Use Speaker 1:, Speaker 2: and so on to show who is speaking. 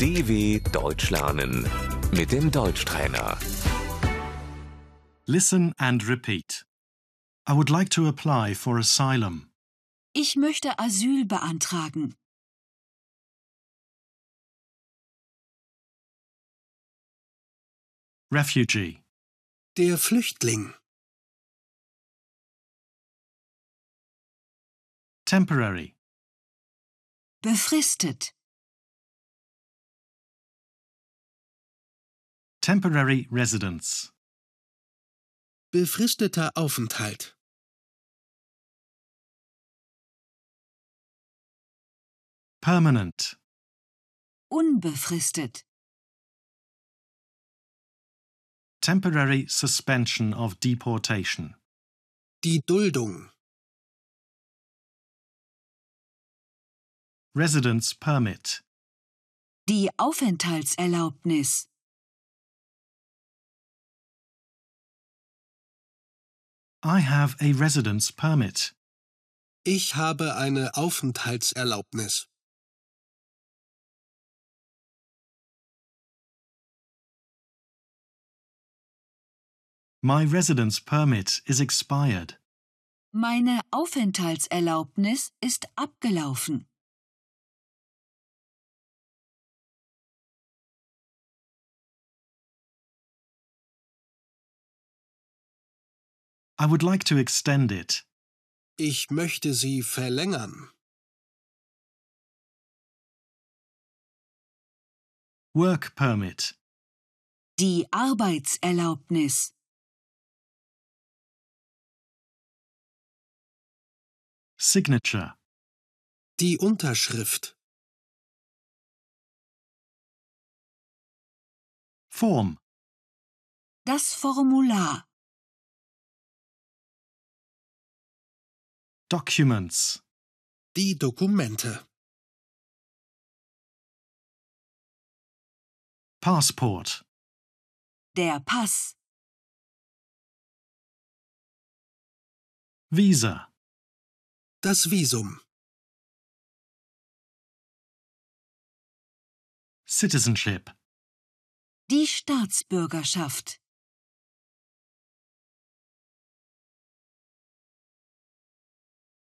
Speaker 1: DW Deutsch lernen mit dem Deutschtrainer.
Speaker 2: Listen and repeat. I would like to apply for asylum.
Speaker 3: Ich möchte Asyl beantragen.
Speaker 2: Refugee.
Speaker 4: Der Flüchtling.
Speaker 2: Temporary.
Speaker 3: Befristet.
Speaker 2: Temporary residence.
Speaker 4: Befristeter Aufenthalt.
Speaker 2: Permanent.
Speaker 3: Unbefristet.
Speaker 2: Temporary suspension of deportation.
Speaker 4: Die Duldung.
Speaker 2: Residence permit.
Speaker 3: Die Aufenthaltserlaubnis.
Speaker 2: I have a residence permit.
Speaker 4: Ich habe eine Aufenthaltserlaubnis.
Speaker 2: My residence permit is expired.
Speaker 3: Meine Aufenthaltserlaubnis ist abgelaufen.
Speaker 2: I would like to extend it.
Speaker 4: Ich möchte sie verlängern.
Speaker 2: Work permit.
Speaker 3: Die Arbeitserlaubnis.
Speaker 2: Signature.
Speaker 4: Die Unterschrift.
Speaker 2: Form.
Speaker 3: Das Formular.
Speaker 2: Documents.
Speaker 4: Die Dokumente.
Speaker 2: Passport.
Speaker 3: Der Pass.
Speaker 2: Visa.
Speaker 4: Das Visum.
Speaker 2: Citizenship.
Speaker 3: Die Staatsbürgerschaft.